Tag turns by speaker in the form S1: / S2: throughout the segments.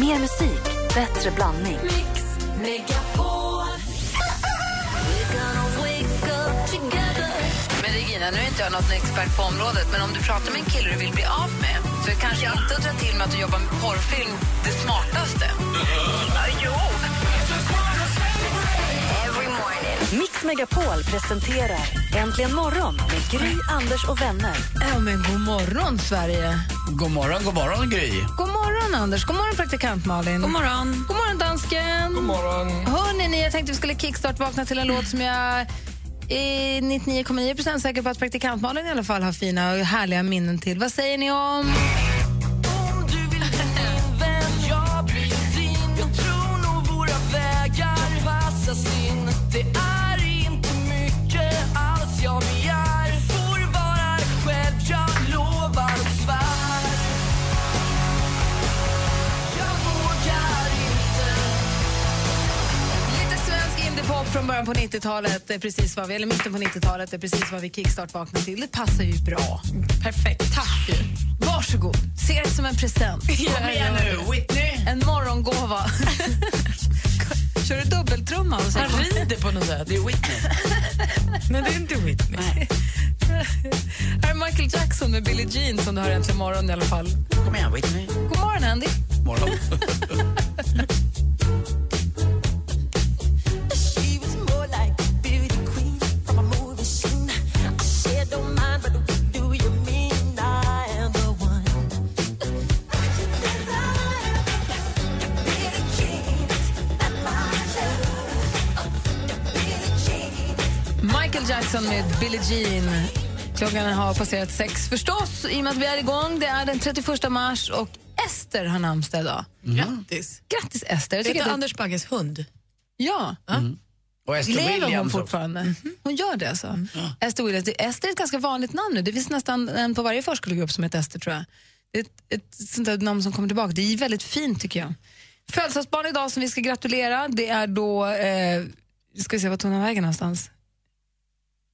S1: Mer musik, bättre blandning.
S2: Mix Megapol.
S3: Men Regina, nu är inte jag någon expert på området, men om du pratar med en kille du vill bli av med så är kanske inte att dra till med att du jobbar med porrfilm det smartaste. jo!
S1: Mix Megapol presenterar Äntligen morgon med Gry, Anders och vänner.
S2: Ja, men god morgon, Sverige.
S4: God morgon, god morgon Gry.
S2: God morgon, Anders. God morgon, praktikant Malin. God morgon. God morgon, dansken. God morgon. Hörrni, ni, jag tänkte vi skulle kickstart-vakna till en låt som jag är 99,9 säker på att praktikant Malin i alla fall har fina och härliga minnen till. Vad säger ni om... Lite svensk indiepop från början på 90-talet, det är precis vad vi, eller mitten på 90-talet, det är precis vad vi kickstart vaknade till. Det passar ju bra. Perfekt. Tack ju. Varsågod, se det som en present. Kom igen nu, Whitney. En morgongåva. Kör du dubbeltrumma? Och så?
S5: Han rider på något sätt.
S4: Det är Whitney.
S5: Men det är inte Whitney.
S2: Här är Michael Jackson med Billie Jean som du hör äntligen morgon i alla fall.
S4: Kom igen Whitney.
S2: God morgon, Andy.
S4: Morgon.
S2: Michael Jackson med Billie Jean. Klockan har passerat sex förstås, i och med att vi är igång. Det är den 31 mars och Ester har namnsdag idag.
S5: Mm. Grattis.
S2: Grattis Ester! Jag
S5: Det
S2: tycker
S5: heter
S2: att-
S5: Anders Bagges hund.
S2: Ja. Mm.
S4: Och Esther
S2: Lever hon
S4: Williams också. Mm.
S2: fortfarande? Hon gör det alltså? Esther Williams. Det- Esther är ett ganska vanligt namn nu. Det finns nästan en på varje förskolegrupp som heter Esther tror jag. Det är ett, ett sånt där namn som kommer tillbaka. Det är väldigt fint tycker jag. Födelsedagsbarn idag som vi ska gratulera, det är då, eh, ska vi se vart tog han vägen någonstans?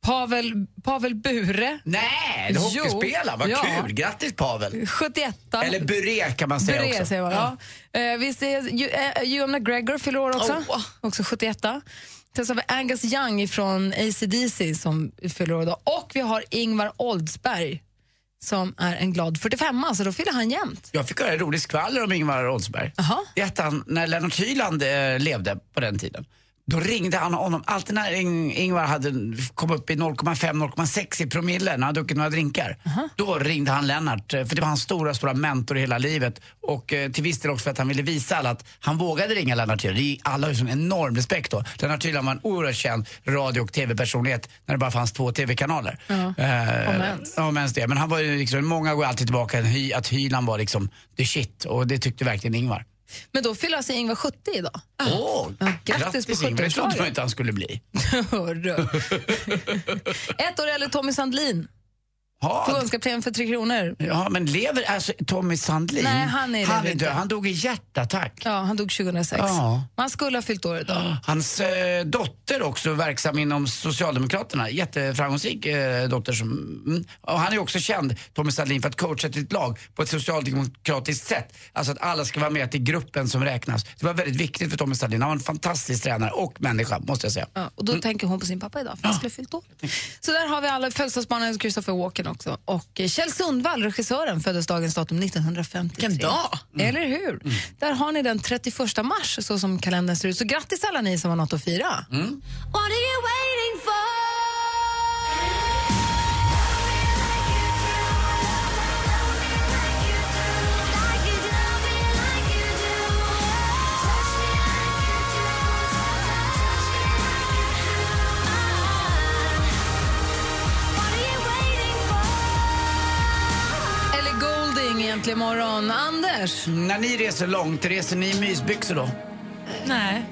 S2: Pavel, Pavel Bure,
S4: Nej, det är
S2: Jo.
S4: hockeyspelare. Vad
S2: Ja.
S4: kul. Grattis Pavel.
S2: 71
S4: Eller Buré kan man säga
S2: Bure,
S4: också.
S2: säger man. Ja. Eh, vi ser Ju- eh, Ewan McGregor fyller år också, också 71. Sen så har vi Angus Young från ACDC som fyller år idag. Och vi har Ingvar Oldsberg som är en glad 45 så då fyller han jämnt.
S4: Jag fick höra en rolig skvaller om Ingvar Oldsberg.
S2: Jaha.
S4: Det är att han, när Lennart Hyland eh, levde på den tiden, då ringde han honom. Alltid när Ing- Ingvar hade kom upp i 0,5-0,6 i promille, när han hade druckit några drinkar, då ringde han Lennart. eh, För det var hans stora, stora mentor i hela livet. Och eh, till viss del också för att han ville visa alla att han vågade ringa Lennart Hyland. Det- Alla har ju sån enorm respekt då. Lennart Hyland var en oerhört känd radio och tv-personlighet när det bara fanns två tv-kanaler. Eh,
S2: Om ens.
S4: Ja, men ens det. Men han var ju liksom, många går alltid tillbaka till Hy- att Hyland var liksom the shit och det tyckte verkligen Ingvar.
S2: Men då fyller alltså Ingvar 70 idag.
S4: Åh, oh,
S2: Ja, grattis på
S4: Ingvar. Det
S2: 70-talet.
S4: trodde man inte han skulle bli.
S2: Hörru. Ett år eller Tommy Sandlin,
S4: Ja,
S2: förbundskapten för Tre Kronor.
S4: ja, men lever alltså Tommy Sandlin?
S2: Nej, han är
S4: han
S2: det inte.
S4: död. Han dog i hjärtattack.
S2: Ja, han dog 2006.
S4: Ja.
S2: Man skulle ha fyllt år idag.
S4: Hans eh, dotter också verksam inom Socialdemokraterna. Jätteframgångsrik eh, dotter. Som, mm. och han är också känd, Tommy Sandlin, för att coacha sitt lag på ett socialdemokratiskt sätt. Alltså att alla ska vara med till gruppen som räknas. Det var väldigt viktigt för Tommy Sandlin. Han var en fantastisk tränare och människa, måste jag säga.
S2: Ja, och
S5: Mm.
S2: då tänker hon på sin pappa idag, för han skulle ha fyllt år. Så där har vi alla födelsedagsbarnen Christopher Walken också. Och eh, Kjell Sundvall, regissören, föddes dagens datum 1953.
S5: Vilken dag! Mm.
S2: Eller hur? Där har ni den 31 mars, så som kalendern ser ut. Så grattis alla ni som har något att fira.
S5: Mm.
S6: What are you waiting for?
S2: Ellie Goulding egentligen imorgon. Anders,
S4: När ni reser långt, reser ni i mysbyxor då?
S5: Nej.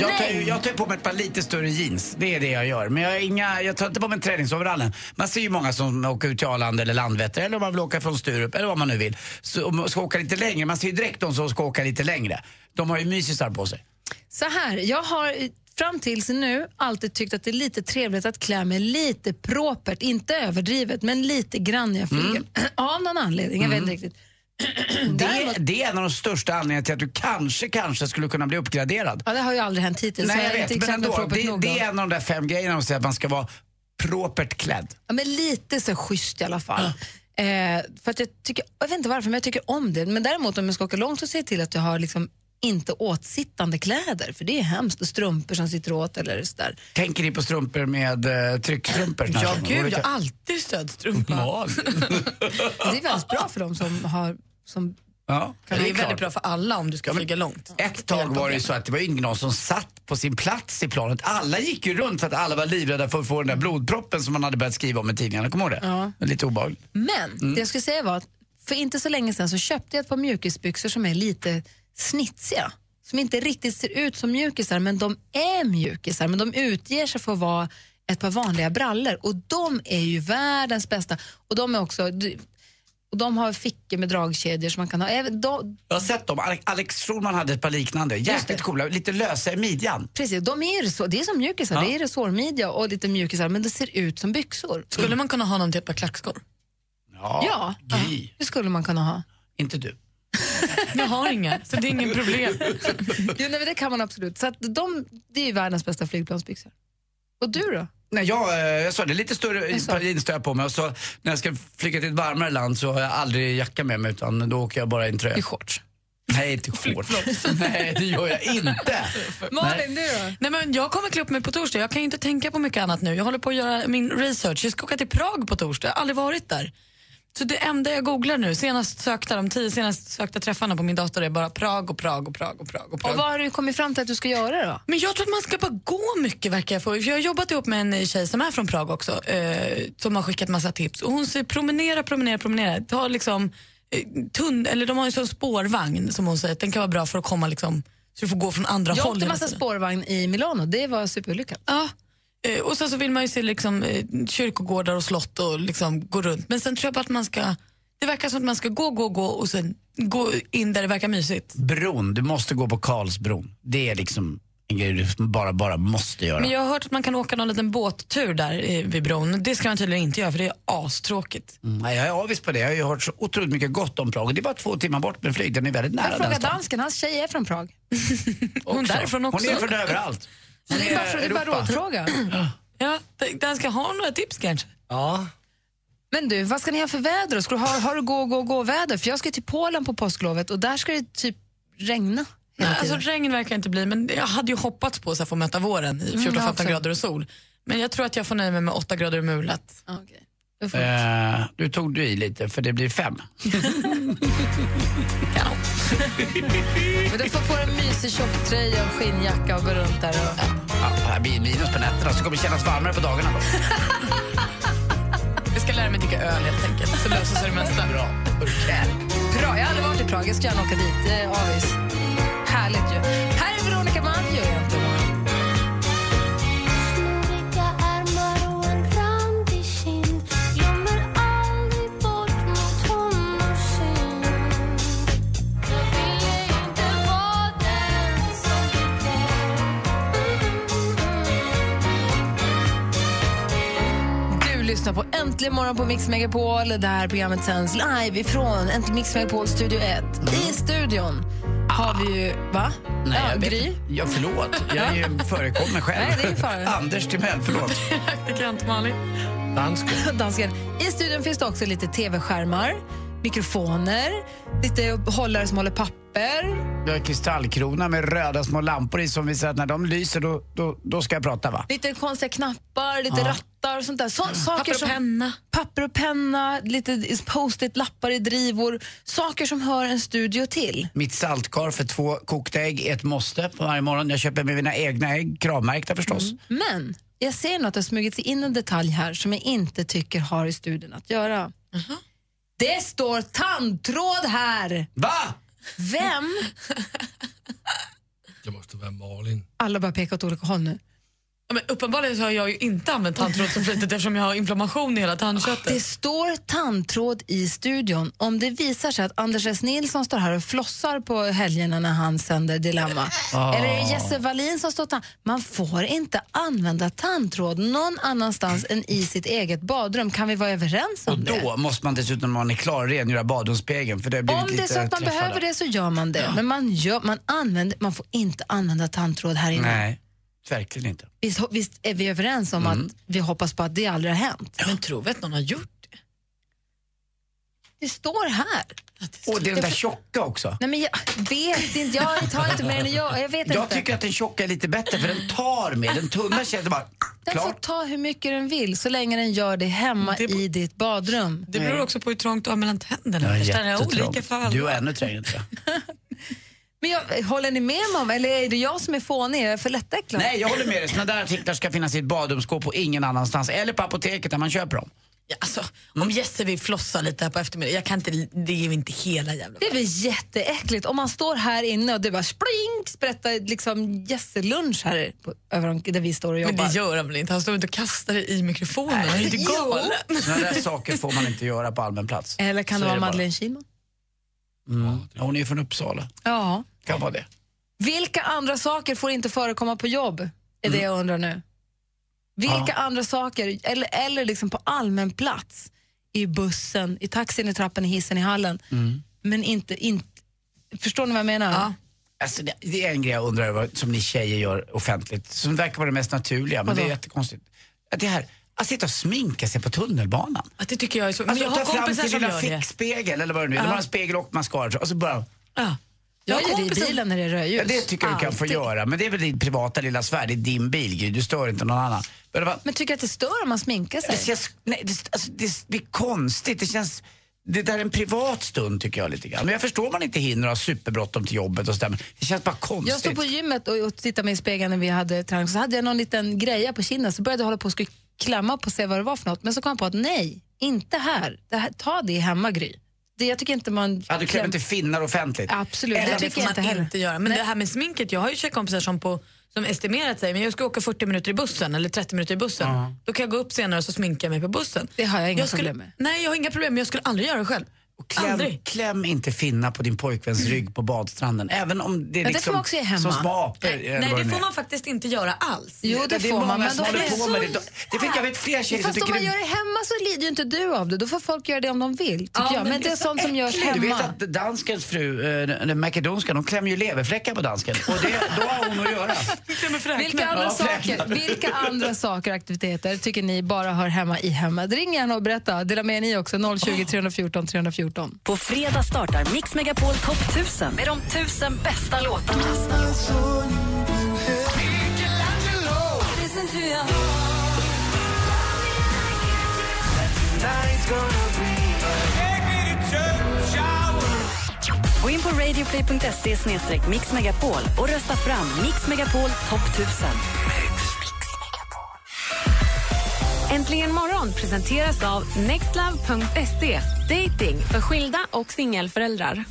S4: Jag tar, ju- jag tar ju på mig ett par lite större jeans. Det är det jag gör. Men jag, har inga, jag tar inte på mig träningsoverallen. Man ser ju många som åker ut till Arlanda eller Landvetter eller om man vill åka från Sturup eller vad man nu vill. Så, om man ska åka lite längre. Man ser ju direkt de som ska åka lite längre. De har ju mysisar på sig.
S2: så här. Jag har eh, fram tills nu alltid tyckt att det är lite trevligt att klä mig lite
S5: Mm.
S2: propert, inte överdrivet, men lite grann när jag flyger. Av någon anledning, jag vet inte riktigt. Mm,
S4: Det, det är en av de största anledningarna till att du kanske, kanske skulle kunna bli uppgraderad.
S2: Ja, det har ju aldrig hänt hittills. så
S4: Nej,
S2: är
S4: jag vet,
S2: inte
S4: men
S2: exakt
S4: ändå.
S2: propert
S4: Det,
S2: nog
S4: det
S2: då.
S4: är en av de där fem grejerna som säger att man ska vara propert klädd.
S2: Ja, men lite så schysst i alla fall. Eh, för att jag, tycker, jag vet inte varför, men jag tycker om det. Men däremot om jag ska åka långt så ser jag till att jag har liksom inte åtsittande kläder, för det är hemskt. Och strumpor som sitter åt eller sådär.
S4: Tänker ni på strumpor med eh, tryckstrumpor?
S5: Ja,
S4: kanske?
S5: gud,
S4: Olika-
S5: jag har alltid stödstrumpa.
S4: Mal.
S2: Det är väldigt bra för dem som har som
S4: Ja,
S5: Det är väldigt bra för alla om du ska flyga långt.
S4: Ett tag var det ju så att det var ju ingen som satt på sin plats i planet. Alla gick ju runt för att alla var livrädda för att få den där blodproppen som man hade börjat skriva om i tidningarna. Kommer du ihåg det? Det är Lite obehagligt.
S2: Men
S5: Mm.
S2: det jag skulle säga var att för inte så länge sedan så köpte jag ett par mjukisbyxor som är lite snitsiga. Som inte riktigt ser ut som mjukisar, men de är mjukisar. Men de utger sig för att vara ett par vanliga brallor. Och de är ju världens bästa. Och de är också... Och de har fickor med dragkedjor som man kan ha. Även de,
S4: Jag har sett dem. Ale- Alex Schulman hade ett par liknande. Jäkligt coola. Lite lösa i midjan.
S2: precis, de är ju så, det är som mjukisar. Det är resårmidja och lite mjukisar, men det ser ut som byxor.
S5: Skulle man kunna ha någon till ett par klackskor?
S2: Ja.
S4: Gry.
S2: Det skulle man kunna ha.
S4: Inte du.
S5: Jag har inga, så det är inget problem.
S2: Jo, nej, men det kan man absolut. Så att de, det är ju världens bästa flygplansbyxor. Och du då?
S4: Nej, jag, eh, jag sa det, lite större
S2: sa-
S4: pralin står jag på mig. Och så, när jag ska flyga till ett varmare land så har jag aldrig jacka med mig utan då åker jag bara i en tröja.
S2: I shorts.
S4: Nej, till shorts. Nej, det gör jag inte.
S2: Malin, du då?
S5: Nej, men jag kommer klä upp mig på torsdag. Jag kan ju inte tänka på mycket annat nu. Jag håller på att göra min research. Jag ska åka till Prag på torsdag. Jag har aldrig varit där. Så det enda jag googlar nu, senast sökta, de tio senast sökta träffarna på min dator är bara Prag och Prag och Prag och Prag. Och Prag.
S2: Och vad har du kommit fram till att du ska göra då?
S5: Men jag tror att man ska bara gå mycket verkar jag få. För jag har jobbat ihop med en tjej som är från Prag också eh, som har skickat massa tips. Och hon säger promenera, promenera, promenera. Ta liksom eh, tunn, eller de har ju sån spårvagn som hon säger att den kan vara bra för att komma liksom så du får gå från andra
S2: Jag
S5: håll.
S2: åkte
S5: hela
S2: massa
S5: tiden.
S2: spårvagn i Milano, det var superlyckat.
S5: Ja. Eh, Och sen så vill man ju se liksom, eh, kyrkogårdar och slott och liksom gå runt. Men sen tror jag bara att man ska, det verkar som att man ska gå, gå, gå och sen gå in där det verkar mysigt.
S4: Bron, du måste gå på Karlsbron. Det är liksom en grej du bara, bara måste göra.
S5: Men jag har hört att man kan åka någon liten båttur där eh, vid bron. Det ska man tydligen inte göra för det är astråkigt.
S4: Mm, nej, jag är avvis på det. Jag har ju hört så otroligt mycket gott om Prag. Det är bara två timmar bort med flyg. Den är väldigt nära
S2: Jag frågade
S4: den stan.
S2: dansken, hans tjej är från Prag.
S5: Hon därifrån också.
S4: Hon är från överallt.
S2: Så det är bara, det är bara
S4: Europa.
S2: rådfråga.
S5: Ja, d- den ska ha några tips kanske.
S4: Ja.
S2: Men du, vad ska ni ha för väder då? Ska du ha, har du gå, gå, gå-väder? För jag ska till Polen på påsklovet och där ska det typ regna hela
S5: Nej,
S2: tiden.
S5: alltså regn verkar inte bli, men jag hade ju hoppats på att få möta våren i
S2: jag
S5: 14-15
S2: också.
S5: grader och sol. Men jag tror att jag får nöja mig med 8 grader och mulet.
S2: Ja, okej. Då får-
S4: Eh, du tog du i lite, för det blir fem.
S2: Men du får på dig en mysig tjocktröja och skinnjacka och gå runt där. Och...
S4: Ja, det här blir minus på nätterna, så det kommer kännas varmare på dagarna. Då.
S5: Jag ska lära mig dricka öl helt enkelt, så löser sig det mesta.
S4: Bra. Urkel.
S2: Bra, jag har aldrig varit i Prag. Jag ska gärna åka dit. Det är avis. Härligt ju. Här är Veronica Maggio egentligen.
S6: Snoriga ärmar och en randig kind Glömmer aldrig bort mot hummersynd Jag ville inte vara den som blev
S2: Du lyssnar på Äntligen morgon på Mix Megapol. Det här programmet sänds live ifrån Äntligen Mix Megapol Studio 1. I studion har vi ju... Va?
S4: Mm. Nej,
S2: ja,
S4: jag vet
S2: Gry.
S4: inte. Ja, förlåt. Jag är ju förekommer själv.
S2: Nej, det är fara.
S4: Anders Timell, förlåt.
S5: Praktikant Malin.
S4: Dansk.
S2: Dansken. I studion finns det också lite tv-skärmar, mikrofoner, lite hållare som håller papper,
S4: Vi har en kristallkrona med röda små lampor i som visar att när de lyser då, då, då ska jag prata va?
S2: lite konstiga knappar, lite rattar och sånt där. Så, saker
S5: Papper och
S2: som,
S5: penna.
S2: papper och penna, lite post-it, lappar i drivor. Saker som hör en studio till.
S4: Mitt saltkar för två kokta ägg är ett måste på varje morgon. Jag köper med mina egna ägg, kravmärkta förstås.
S2: Mm. Men jag ser nog att det har smugit sig in en detalj här som jag inte tycker har i studien att göra. Det står tandtråd här!
S4: Va?
S2: Vem?
S7: Det måste vara Malin.
S2: Alla bara pekar åt olika håll nu.
S5: Ja, men uppenbarligen så har jag ju inte använt tandtråd så flitigt eftersom jag har inflammation i hela tandköttet.
S2: Det står tandtråd i studion. Om det visar sig att Anders S. Nilsson står här och flossar på helgerna när han sänder Dilemma.
S4: Ah.
S2: Eller är det Jesse Wallin som står tand... Man får inte använda tandtråd någon annanstans än i sitt eget badrum. Kan vi vara överens om
S4: Och
S2: det?
S4: då måste man dessutom, när man är klar, rengöra badrumsspegeln. För det har blivit
S2: Om det är
S4: lite
S2: så att man
S4: träffar
S2: behöver
S4: där.
S2: det så gör man det. Men man, gör, man, använder, man får inte använda tandtråd här inne.
S4: Nej, verkligen inte.
S2: Visst, ho- visst är vi överens om
S4: Mm.
S2: att vi hoppas på att det aldrig har hänt?
S5: Men tror vi att någon har gjort det?
S2: Det står här.
S4: Och det är den där tjocka också.
S2: Nej, men jag vet inte. Jag tar inte med den. Jag, jag vet
S4: Jag
S2: inte.
S4: tycker att den tjocka är lite bättre för den tar mer. Den tunna känns bara
S2: Den får
S4: klart.
S2: ta hur mycket den vill så länge den gör det hemma i ditt badrum.
S5: Det beror också på hur trångt du har mellan tänderna.
S4: Jag är
S5: Förstår ni? Jag har
S4: jättetrång.
S5: olika för alla.
S4: Du är ännu trängre tror jag.
S2: Men jag, håller ni med mig om, eller är det jag som är fånig? Jag är för lättäcklad.
S4: Nej, jag håller med dig. Såna där artiklar ska finnas i ett badrumsskåp och ingen annanstans. Eller på apoteket där man köper dem.
S5: Ja, alltså, om Jesse vill flossa lite här på eftermiddagen, jag kan inte, det är ju inte hela jävla...
S2: Det är väl jätteäckligt om man står här inne och det bara spring sprättar liksom jässelunch här på, över om, där vi står och jobbar.
S5: Men det gör han väl inte? Han står inte och kastar det i mikrofonen. Han är ju inte
S2: Jo.
S5: galen.
S4: Såna där saker får man inte göra på allmän plats.
S2: Eller kan
S4: Så
S2: det
S4: är
S2: vara
S4: bara. Mm.
S2: Madeleine Kihlman?
S4: Ja, Hon är ju från Uppsala.
S2: Ja.
S4: Kan vara det.
S2: Vilka andra saker får inte förekomma på jobb? Är det jag undrar nu. Vilka
S4: Ja.
S2: andra saker, eller, eller liksom på allmän plats, i bussen, i taxin, i trappen, i hissen, i hallen. Men inte, inte, förstår ni vad jag menar?
S5: Ja.
S4: Alltså det, det är en grej jag undrar över som ni tjejer gör offentligt, som verkar vara det mest naturliga, men det är
S2: Vadå?
S4: jättekonstigt. Att Det här, att sitta och sminka sig på tunnelbanan.
S5: Att det tycker jag är så. Men
S4: Alltså,
S5: jag har
S4: ta fram
S5: kompisar
S4: sin
S5: som
S4: lilla
S5: gör det.
S4: fickspegel eller vad det nu är. De har en spegel och mascara och så bara...
S5: Ja.
S2: Jag
S5: Jag har
S2: gör det i
S5: kompisar
S2: bilen när det är
S4: Ja,
S2: rödljus.
S4: det tycker jag du kan få
S2: Alltid.
S4: göra, men det är väl din privata lilla sfär, det är din bil Gry, du stör inte någon annan. Men det, var,
S2: Men tycker att det stör om man sminkar
S4: det,
S2: sig?
S4: känns, nej, det, alltså, det blir konstigt, det känns... Det där är en privat stund tycker jag lite grann. Men jag förstår man inte hinner ha superbråttom till jobbet och sådär, men det känns bara konstigt.
S2: Jag stod på gymmet och, och tittade mig i spegeln när vi hade träning, så hade jag någon liten greja på kinden, så började jag hålla på och skulle klämma på och se vad det var för något, men så kom jag på att nej, inte här. Det här ta det hemma, Gry. Det, jag tycker inte man...
S4: Ja, du klämmer inte finnar offentligt.
S2: Absolut,
S4: Eller-
S2: det
S5: Det
S2: tycker
S5: får
S2: jag
S5: man
S2: inte
S5: liksom inte,
S2: heller.
S5: göra. Men det här med sminket, jag har ju tjejkompisar som, på, som estimerat sig, men jag ska åka 40 minuter i bussen eller 30 minuter i bussen. Då kan jag gå upp senare och så sminka mig på bussen.
S2: Det har jag inga
S5: skulle,
S2: problem med.
S5: Nej, jag har inga problem, men jag skulle aldrig göra det själv.
S4: Och kläm,
S5: Aldrig.
S4: kläm inte finna på din pojkväns rygg på badstranden. Även om det är
S2: får
S4: liksom,
S2: man också göra hemma.
S4: som små apor. eller
S5: Nej,
S4: vad
S5: det
S4: nu
S5: får
S4: är.
S5: man faktiskt inte göra alls.
S2: Jo, det,
S4: det är
S2: får
S4: många
S2: man. Men
S4: som
S2: då
S4: håller
S2: är
S4: på
S2: så-
S4: med det. Det fick jag vet flera tjejer som
S2: Fast om
S4: tycker
S2: man
S4: det
S2: gör det hemma så lider ju inte du av det. Då får folk göra det om de vill, tycker
S5: Ja,
S2: jag.
S5: men
S2: Men det
S5: det
S2: är
S5: är så
S2: sånt som görs
S4: Du vet
S2: hemma.
S4: att danskens fru, eh, den den makedonska, de klämmer ju leverfläckar på dansken. Och det, då har hon att göra.
S2: Vilka andra,
S4: Ja,
S2: saker,
S4: fräknar.
S2: vilka andra saker och aktiviteter tycker ni bara hör hemma i hemmet? Ring gärna och berätta. Dela med er ni också. 020 314 314.
S1: På fredag startar Mix Megapol Top 1000 med de 1000 bästa låtarna. Gå in på radioplay.se snedstreck Mix Megapol och rösta fram Mix Megapol Top 1000.
S7: Äntligen morgon presenteras av nextlove.se. Dating för skilda och singelföräldrar.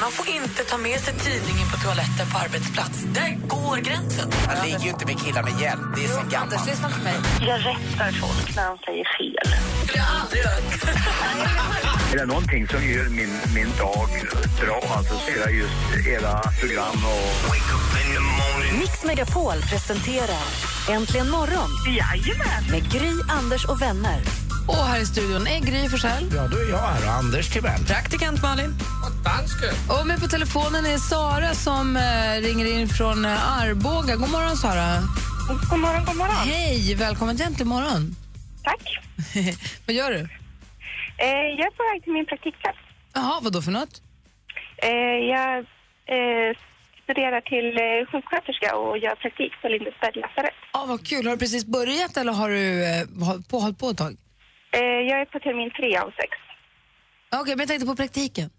S3: Man får inte ta med sig tidningen på toaletten på arbetsplats. Där går gränsen.
S4: Han ligger ju inte med killar med hjälp. Det är sen gammalt.
S2: lyssna på mig.
S8: Jag rättar folk när de säger fel.
S9: Är det någonting som gör min, min dag bra alltså, så är det just era program och...
S1: Mix Megapol presenterar Äntligen morgon
S8: Jajamän!
S1: med Gry, Anders och vänner.
S2: Och här i studion är Gry Forssell.
S4: Ja, då är jag här och Anders Timell.
S5: Praktikant Malin.
S2: Och med på telefonen är Sara som eh, ringer in från eh, Arboga. God morgon, Sara.
S8: God morgon, god morgon.
S2: Hej, välkommen till Äntligen morgon.
S8: Tack.
S2: Vad gör du?
S8: Eh, jag är på väg till min praktikplats.
S2: Jaha, vad då för något?
S8: Eh, jag eh, studerar till eh, sjuksköterska och gör praktik på Lindesbergs lasarett.
S2: Ja, vad kul. Har du precis börjat eller har du eh, håll- på, hållit på ett tag?
S8: Eh, jag är på termin tre av sex.
S2: Ja, Okej, men jag tänkte på praktiken.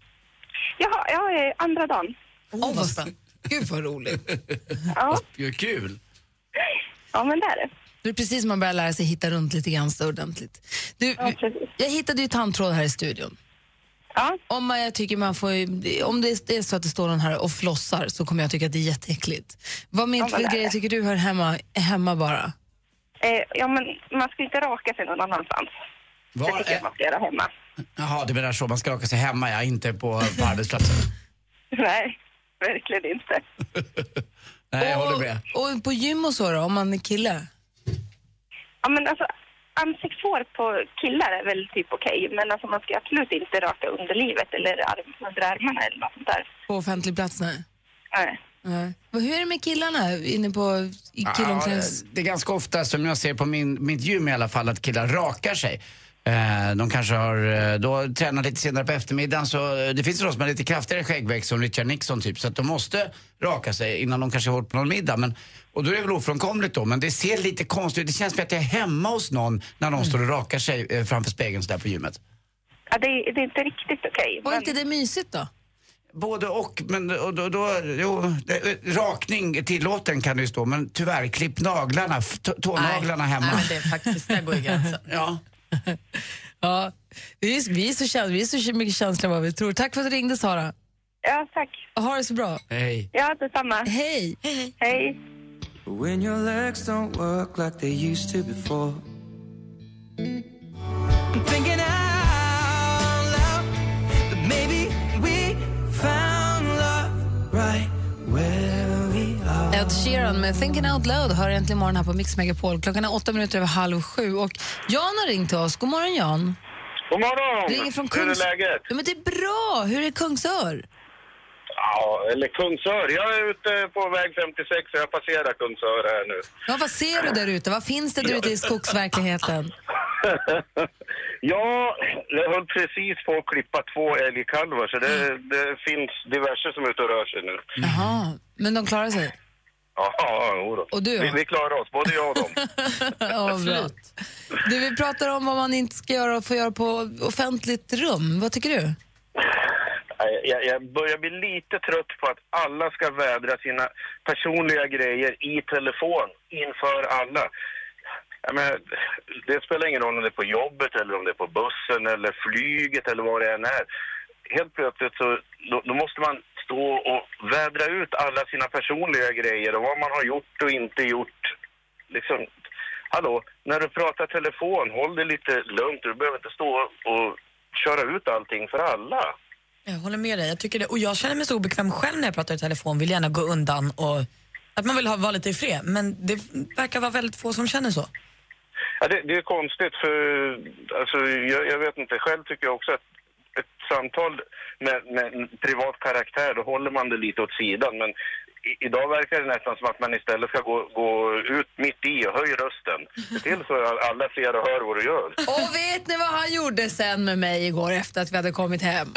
S8: Jaha, ja, eh, andra dagen.
S2: Åh, vad spännande. Gud vad roligt.
S8: Ja,
S4: Ju kul.
S8: ja men det är det.
S2: Det är precis som man börjar lära sig hitta runt lite grann så ordentligt. Du,
S8: Ja, precis.
S2: jag hittade ju tandtråd här i studion.
S8: Ja,
S2: Om man- jag tycker man får, om det är så att det står någon här och flossar så kommer jag tycka att det är jätteäckligt. Vad mer
S8: men det
S2: för
S8: är
S2: grejer
S8: det.
S2: tycker du hör hemma, hemma bara?
S8: eh, ja men man ska inte raka sig någon annanstans. Det
S4: Var,
S8: tycker jag man ska göra hemma.
S4: jaha, du menar så, man ska raka sig hemma, ja, inte på, på arbetsplatsen.
S8: Nej, verkligen inte.
S4: Nej, jag håller
S2: och,
S4: med.
S2: och på gym och så då, om man är kille?
S8: Ja men alltså ansiktshår på killar är väl typ okej men alltså man ska absolut inte raka underlivet eller arm, underarmarna eller något sånt där.
S2: På offentlig plats? Nej.
S8: Nej.
S2: Nej. Vad- Hur är det med killarna inne på i killomklädnings...
S4: Ja, det är ganska ofta som jag ser på min, mitt gym i alla fall att killar rakar sig. Eh, De kanske har, eh, då tränar lite senare på eftermiddagen så eh, det finns ju de som har lite kraftigare skäggväxt som Richard Nixon typ så att de måste raka sig innan de kanske har hållit på någon middag. Men, och då är det väl ofrånkomligt då men det ser lite konstigt ut. Det känns som att jag är hemma hos någon när
S5: Mm.
S4: någon står och rakar sig eh, framför spegeln sådär på gymmet.
S8: Ja, det, är- det är inte riktigt okej.
S2: Var
S8: men-
S2: inte det mysigt då?
S4: Både och, men och då, då, jo, det, eh, rakning är tillåten kan det ju stå men tyvärr klipp naglarna, f- t- tånaglarna hemma.
S5: Nej, men det är faktiskt, där går ju gränsen.
S4: Ja.
S2: Ja, vi är, vi är, så, käns- vi är så mycket känsliga vad vi tror. Tack för att du ringde Sara.
S8: Ja, tack.
S2: Ha det så bra.
S4: Hej.
S8: Ja, detsamma.
S2: Hej!
S8: Hej.
S10: When your legs don't work like they used to before. I'm thinking out loud that maybe we found love right where we are.
S2: Ed Sheeran med Thinking Out Loud hör äntligen morgon här på Mix Megapol. Klockan är åtta minuter över halv sju och Jan har ringt till oss. God morgon Jan.
S9: God morgon!
S2: Ringer från
S9: Hur är
S2: Kungs...
S9: läget?
S2: Ja, men det är bra! Hur är Kungsör?
S9: Ja, eller Kungsör. Jag är ute på väg 56 och jag passerar Kungsör här nu.
S2: Ja, vad ser du där ute? Vad finns det där ute i skogsverkligheten?
S9: ja, jag höll precis på att klippa två älgkalvar så det, det finns diverse som är ute och rör sig nu.
S2: Jaha, men de klarar sig?
S9: Ja, Ja, jo då.
S2: Och du, ja.
S9: vi, vi klarar oss, både jag och dem.
S2: Ja, bra. Du, vi pratar om vad man inte ska göra och får göra på offentligt rum. Vad tycker du?
S9: Nej, jag, jag börjar bli lite trött på att alla ska vädra sina personliga grejer i telefon inför alla. Jag menar, det spelar ingen roll om det är på jobbet eller om det är på bussen eller flyget eller vad det än är. Helt plötsligt så då, då måste man stå och vädra ut alla sina personliga grejer och vad man har gjort och inte gjort. Liksom, hallå, när du pratar telefon, håll det lite lugnt. Du behöver inte stå och köra ut allting för alla.
S5: Jag håller med dig. Jag tycker det. Och jag känner mig så obekväm själv när jag pratar i telefon. Vill gärna gå undan och att man vill ha, vara lite i fred. Men det verkar vara väldigt få som känner så.
S9: Ja, det, det är konstigt för alltså, jag, jag vet inte, själv tycker jag också att ett samtal med, med en privat karaktär, då håller man det lite åt sidan. Men i, idag verkar det nästan som att man istället ska gå, gå ut mitt i och höj rösten. Se till så att alla ser och hör vad du gör.
S2: Och vet ni vad han gjorde sen med mig igår efter att vi hade kommit hem?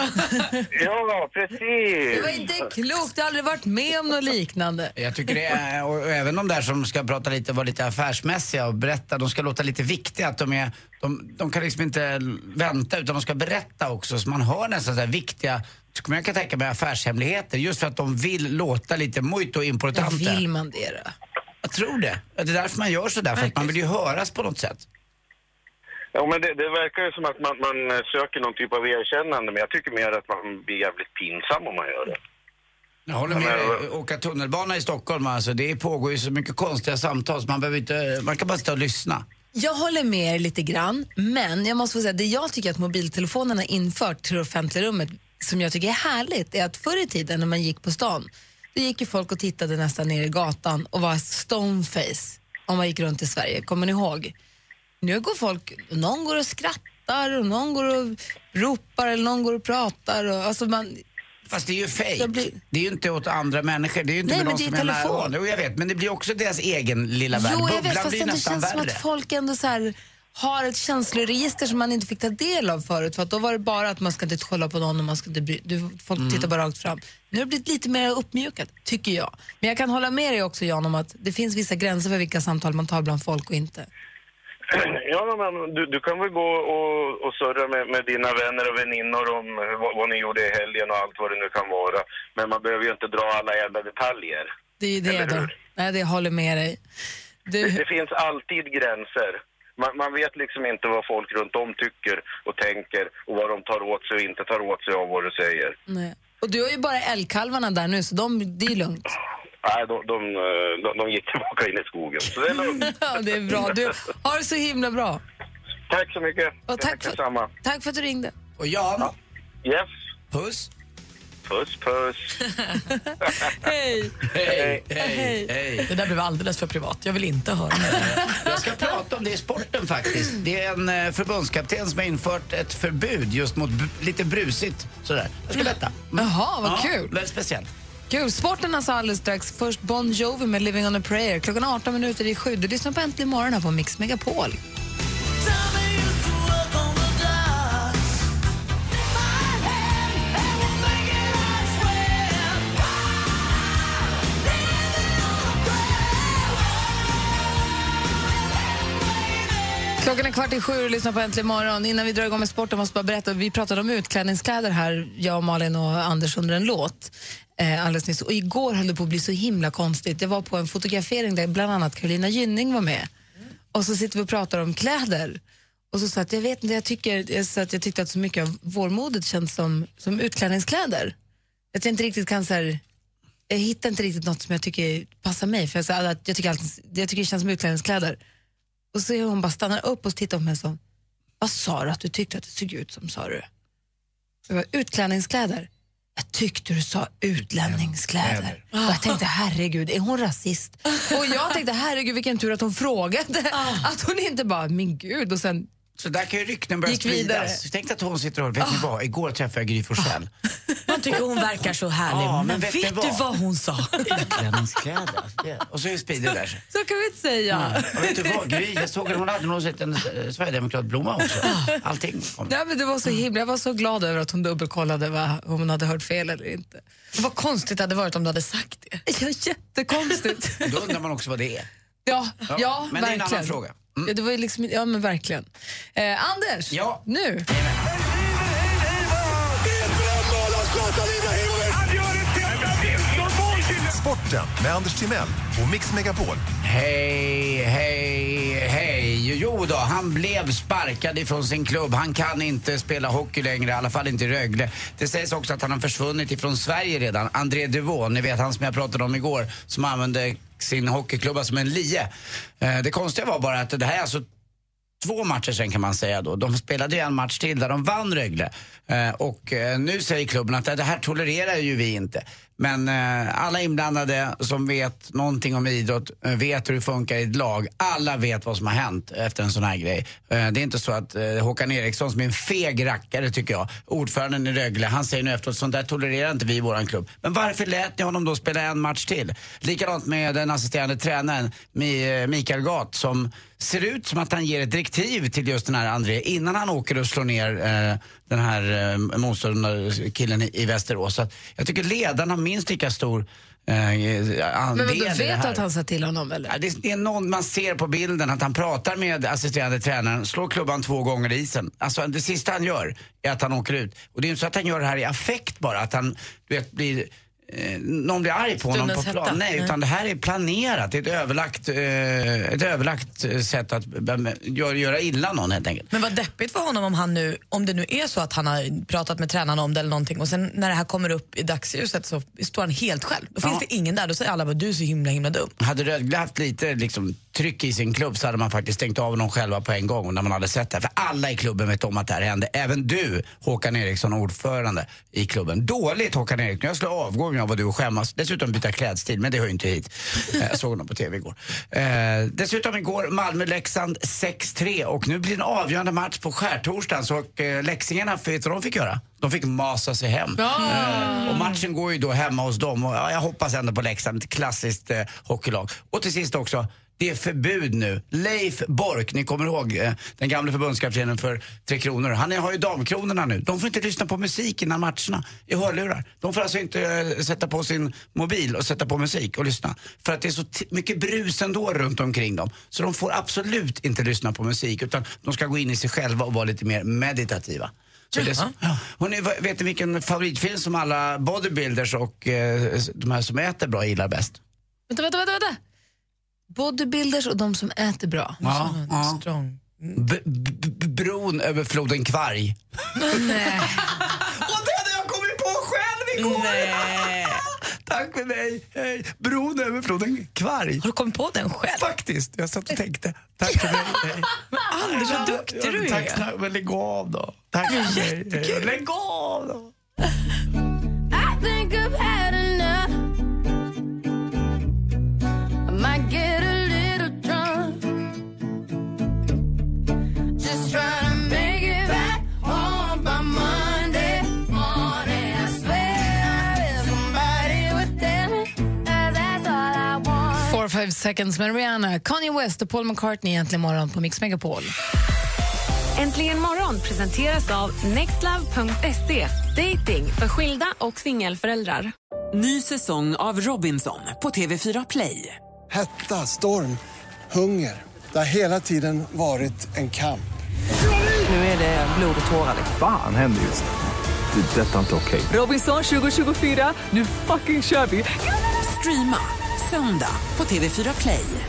S9: Ja,
S2: Det
S9: precis!
S2: var inte klokt, jag har aldrig varit med om något liknande.
S4: Jag tycker det är, och och även de där som ska prata lite, vara lite affärsmässiga och berätta, de ska låta lite viktiga, att de är, de, de kan liksom inte l- vänta utan de ska berätta också så man hör nästan så här viktiga, men jag kan tänka mig affärshemligheter just för att de vill låta lite
S2: Ja,
S4: muito importante.
S2: vill man det då?
S4: Jag tror det. Ja, Det är därför man gör sådär, för att man vill ju höras på något sätt.
S9: Ja, men det, det verkar ju som att man, man söker någon typ av erkännande, men jag tycker mer att man blir jävligt pinsam om man gör det.
S4: Jag håller med dig. Åka tunnelbana i Stockholm alltså, det pågår ju så mycket konstiga samtal så man behöver inte, man kan bara sitta och lyssna.
S2: Jag håller med er lite grann, men jag måste få säga det jag tycker att mobiltelefonerna infört till det offentliga rummet som jag tycker är härligt är att förr i tiden när man gick på stan då gick ju folk och tittade nästan ner i gatan och var stoneface om man gick runt i Sverige, kommer ni ihåg? Nu går folk, någon går och skrattar och någon går och ropar eller någon går och pratar och alltså man,
S4: Fast det är ju fejk.
S2: Jag blir-
S4: Det är ju inte åt andra människor. Det är ju inte
S2: Nej,
S4: med
S2: men
S4: någon
S2: det är
S4: som är nära
S2: telefon.
S4: honom. Jo, jag vet. Men det blir också deras egen lilla värld.
S2: Jo, jag
S4: Bubblan
S2: vet, fast
S4: blir ju
S2: ändå
S4: nästan
S2: känns som
S4: värre.
S2: att folk ändå så här har ett känsloregister som man inte fick ta del av förut. För att då var det bara att man ska inte kolla på någon och man ska inte bry, du, folk
S4: Mm.
S2: tittar bara rakt fram. Nu har det blivit lite mer uppmjukat, tycker jag. Men jag kan hålla med dig också Jan om att det finns vissa gränser för vilka samtal man tar bland folk och inte.
S9: Ja, men du, du kan väl gå och, och surra med, med dina vänner och väninnor om hur- vad, vad ni gjorde i helgen och allt vad det nu kan vara. Men man behöver ju inte dra alla jävla detaljer.
S2: Det är ju det
S9: Eller
S2: då.
S9: hur?
S2: Nej, det jag håller med dig.
S9: Det,
S2: Du,
S9: det finns alltid gränser. Man, man vet liksom inte vad folk runt om tycker och tänker och vad de tar åt sig och inte tar åt sig av vad du säger.
S2: Nej. Och du har ju bara älgkalvarna där nu, så de, det är lugnt.
S9: Nej, de, de, eh, de, de gick tillbaka in i skogen. Så det är lugnt.
S2: Ja, det är bra. Du har det så himla bra.
S9: Tack så mycket.
S2: Och tack,
S9: detsamma.
S2: för, tack för att du ringde.
S4: Och Jan,
S9: Yes.
S4: puss.
S9: Puss, puss.
S2: Hej!
S4: Hej,
S2: Hej.
S4: hej, hej.
S5: Det där blev alldeles för privat. Jag vill inte höra
S4: Jag ska prata om det i sporten faktiskt. Det är en eh, förbundskapten som har infört ett förbud just mot b- lite brusigt sådär. Jag ska berätta. Mm.
S2: Jaha, vad kul.
S4: Det är speciellt.
S2: Kul. Sporten alltså alldeles strax. Först Bon Jovi med Living on a prayer. Klockan 18 minuter i sju. Du lyssnar på Äntligen morgon här på Mix Megapol. Klockan är kvart i sju och lyssnar på Äntligen morgon. Innan vi drar igång med sporten måste jag bara berätta, vi pratade om utklädningskläder här, jag och Malin och Anders under en låt eh, alldeles nyss. Och igår höll det på att bli så himla konstigt. Jag var på en fotografering där bland annat Carolina Gynning var med. Och så sitter vi och pratar om kläder. Och så sa jag att jag vet inte, jag, tycker, jag, sa att jag tyckte att så mycket av vårmodet känns som, som utklädningskläder. Att jag inte riktigt kan så här, jag hittar inte riktigt något som jag tycker passar mig. För jag, sa att jag, tycker allt, jag tycker det känns som utklädningskläder. Och så är hon bara stannar upp och tittar på mig som, vad sa du att du tyckte att det såg ut som, sa du? Jag bara, utlänningskläder. Jag tyckte du sa utlänningskläder. Och jag tänkte, herregud, är hon rasist? Och jag tänkte, herregud vilken tur att hon frågade. Att hon inte bara, min gud. Och sen,
S4: Så där kan ju rykten börja
S2: Gick vidare. Ah.
S4: spridas. Tänk att hon sitter och, vet ni vad, igår träffade jag Gry Forssell.
S5: Man tycker hon verkar så härlig.
S4: Ja, men
S5: men
S4: vet
S5: vet,
S4: du
S5: du
S4: vad?
S5: vad hon sa?
S4: Utlänningskläder. Det- Och så sprider det där sig.
S2: så kan vi inte säga.
S4: Och vet du vad, Gry, jag såg att hon hade någon en eh, sverigedemokratblomma också.
S2: Ah.
S4: Allting kom.
S2: Nej, men det var så himla, jag var så glad över att hon dubbelkollade vad, om hon hade hört fel eller inte.
S5: vad konstigt det hade varit om du hade sagt det.
S2: Ja, jättekonstigt.
S4: Då undrar man också vad det är.
S2: Ja, ja,
S4: men det är en
S2: verkligen.
S4: annan fråga. Mm.
S2: Ja, det var ju liksom, ja men verkligen. Eh, Anders,
S4: Ja.
S2: nu.
S11: Sporten med Anders Timell och Mix Megapol.
S4: Hej, hej, hej. Jo då, han blev sparkad ifrån sin klubb. Han kan inte spela hockey längre, i alla fall inte i Rögle. Det sägs också att han har försvunnit ifrån Sverige redan. André Duvaux, ni vet han som jag pratade om igår, som använde sin hockeyklubba som en lie. Eh, Det konstiga var bara att det här är alltså två matcher sen kan man säga då. De spelade ju en match till där de vann Rögle. Eh, och eh, nu säger klubben att det här tolererar ju vi inte. Men eh, alla inblandade som vet någonting om idrott eh, vet hur det funkar i ett lag. Alla vet vad som har hänt efter en sån här grej. Eh, det är inte så att eh, Håkan Eriksson som är en feg rackare tycker jag, ordföranden i Rögle, han säger nu efteråt sånt där tolererar inte vi i våran klubb. Men varför lät ni honom då spela en match till? Likadant med den assisterande tränaren Mi- Mikael Gat som ser ut som att han ger ett direktiv till just den här André innan han åker och slår ner eh, den här eh, motståndarkillen i, i Västerås. Så att jag tycker ledarna har minst lika stor eh, andel
S2: Men vadå,
S4: i det
S2: vet du
S4: här.
S2: att han sa till honom eller?
S4: Ja, det, det är någon man ser på bilden att han pratar med assisterande tränaren, slår klubban två gånger i isen. Alltså det sista han gör är att han åker ut. Och det är inte så att han gör det här i affekt bara, att han du vet, blir Eh, någon blir arg på honom på
S5: Stundens
S4: plan.
S5: hetta.
S4: Nej, utan det här är planerat. Det är ett överlagt, eh, ett överlagt eh, sätt att eh, göra- göra illa någon helt enkelt.
S5: Men vad deppigt för honom om han nu, om det nu är så att han har pratat med tränaren om det eller någonting och sen när det här kommer upp i dagsljuset så står han helt själv. Då finns
S4: Ja.
S5: det ingen där, då säger alla bara du är så himla himla dum.
S4: Hade Rögle haft lite liksom, tryck i sin klubb så hade man faktiskt stängt av dem själva på en gång när man hade sett det. För alla i klubben vet om att det här hände. Även du, Håkan Eriksson, ordförande i klubben. Dåligt Håkan Eriksson. Jag skulle avgå om jag var du och skämmas. Dessutom byta klädstil, men det hör ju inte hit. Eh, Jag såg honom på TV igår. Eh, dessutom igår Malmö-Leksand 6-3 och nu blir det en avgörande match på skärtorsdagen. Så eh, Leksingarna, vet du vad de fick göra? De fick masa sig hem. Eh, och matchen går ju då hemma hos dem och ja, jag hoppas ändå på Leksand, ett klassiskt eh, hockeylag. Och till sist också, det är förbud nu. Leif Bork, ni kommer ihåg eh, den gamle förbundskaptenen för Tre Kronor. Han är- har ju Damkronorna nu. De får inte lyssna på musik innan matcherna i hörlurar. De får alltså inte eh, sätta på sin mobil och sätta på musik och lyssna. För att det är så t- mycket brus ändå runt omkring dem. Så de får absolut inte lyssna på musik utan de ska gå in i sig själva och vara lite mer meditativa. Så det är så. Ja. Och ni, vad- vet ni vilken favoritfilm som alla bodybuilders och eh, de här som äter bra gillar bäst?
S2: Vänta, vänta, vänta, vänta. Bodybuilders och de som äter bra.
S4: Ja, ja.
S5: Strong.
S4: B- b- b- bron över floden Kvarg.
S2: Nej.
S4: Och det hade jag kommit på själv igår! Tack för mig. Hej. Bron över floden Kvarg. Har
S12: du kommit på den själv?
S4: Faktiskt. Jag satt och tänkte. Tack för mig. Hej. Men
S12: Anders, vad duktig du är.
S4: Tack snälla. Men lägg av då. Tack för mig. Hej. Lägg av då.
S6: I think I've had enough. I might get a little drunk. Just try to make it back home by Monday morning. I swear there's somebody within me. 'cause that's all I want.
S2: Four five seconds med Rihanna, Kanye West och Paul McCartney egentligen morgon på Mix Megapol.
S13: Äntligen morgon presenteras av nextlove.se. Dating för skilda och singelföräldrar.
S1: Ny säsong av Robinson på TV4 Play.
S11: Hetta, storm, hunger. Det har hela tiden varit en kamp.
S1: Nu är det blod och tårar.
S14: Fan händer just nu. Det. är Detta är inte okej.
S1: Robinson 2024, nu fucking kör vi! Streama söndag på TV4 Play.